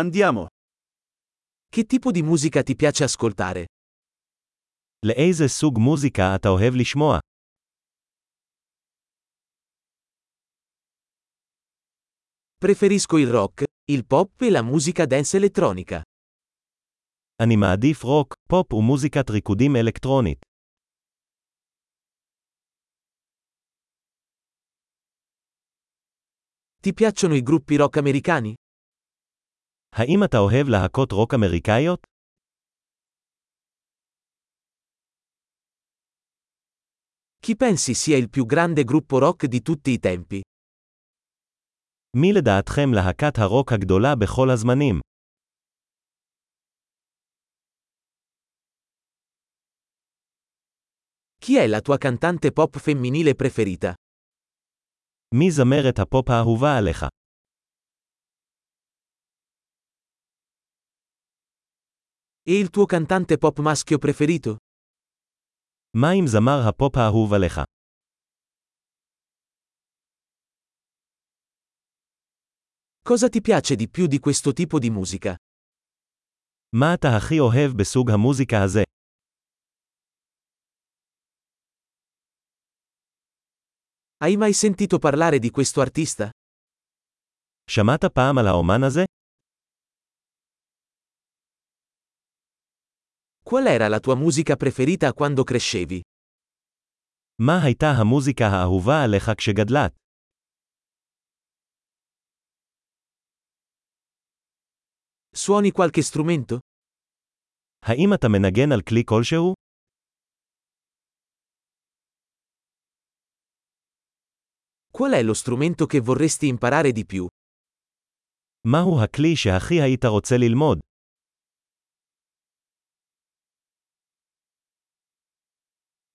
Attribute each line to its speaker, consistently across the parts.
Speaker 1: Andiamo. Che tipo di musica ti piace ascoltare?
Speaker 2: לאיזה סוג מוזיקה אתה אוהב לשמוע?
Speaker 1: Preferisco il rock, il pop e la musica dance elettronica.
Speaker 2: אני מעדיף רוק, פופ ומוזיקת ריקודים אלקטרונית.
Speaker 1: Ti piacciono i gruppi rock americani?
Speaker 2: האם אתה אוהב להקות רוק אמריקאיות?
Speaker 1: Chi pensi sia il più grande gruppo rock di tutti i tempi?
Speaker 2: מי לדעתכם להקת הרוק הגדולה בכל הזמנים?
Speaker 1: Chi è la tua cantante pop femminile preferita?
Speaker 2: מי זמרת הפופ האהובה עליך?
Speaker 1: E il tuo cantante pop maschio preferito?
Speaker 2: מה עם זמר הפופ האהוב עליך?
Speaker 1: Cosa ti piace di più di questo tipo di musica?
Speaker 2: מה אתה הכי אוהב בסוג המוזיקה הזה?
Speaker 1: Hai mai sentito parlare di questo artista?
Speaker 2: שמעת פעם על האומן הזה?
Speaker 1: Qual era la tua musica preferita quando crescevi?
Speaker 2: מה הייתה המוזיקה האהובה עליך כשגדלת?
Speaker 1: Suoni qualche strumento?
Speaker 2: האם אתה מנגן על כלי כלשהו?
Speaker 1: Qual è lo strumento che vorresti imparare di più?
Speaker 2: מהו הכלי שהכי היית רוצה ללמוד?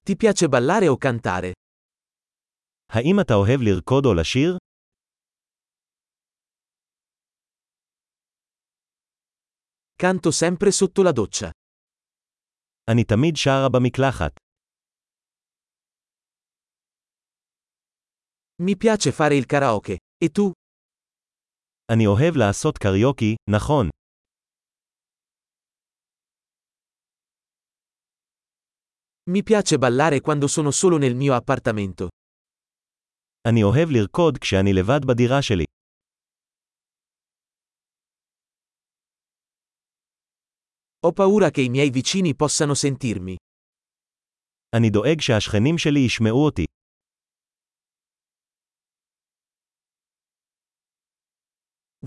Speaker 1: Ti piace ballare o cantare?
Speaker 2: האם אתה אוהב לרקוד או לשיר?
Speaker 1: Canto sempre sotto la doccia.
Speaker 2: אני תמיד שרה במקלחת.
Speaker 1: Mi piace fare il karaoke. E tu?
Speaker 2: אני אוהב לעשות קריוקי, נכון.
Speaker 1: Mi piace ballare quando sono solo nel mio appartamento.
Speaker 2: אני אוהב לרקוד כשאני לבד בדירה שלי.
Speaker 1: Ho paura che i miei vicini possano sentirmi.
Speaker 2: אני דואג שהשכנים שלי ישמעו אותי.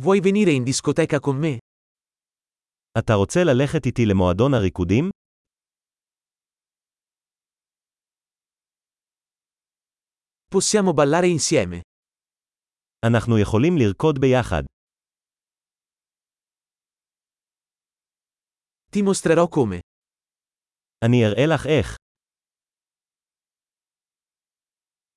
Speaker 1: Vuoi venire in discoteca con me?
Speaker 2: אתה רוצה ללכת איתי למועדון הריקודים?
Speaker 1: Possiamo ballare insieme.
Speaker 2: אנחנו יכולים לרקוד ביחד.
Speaker 1: Ti mostrerò come.
Speaker 2: אני אראה לך איך.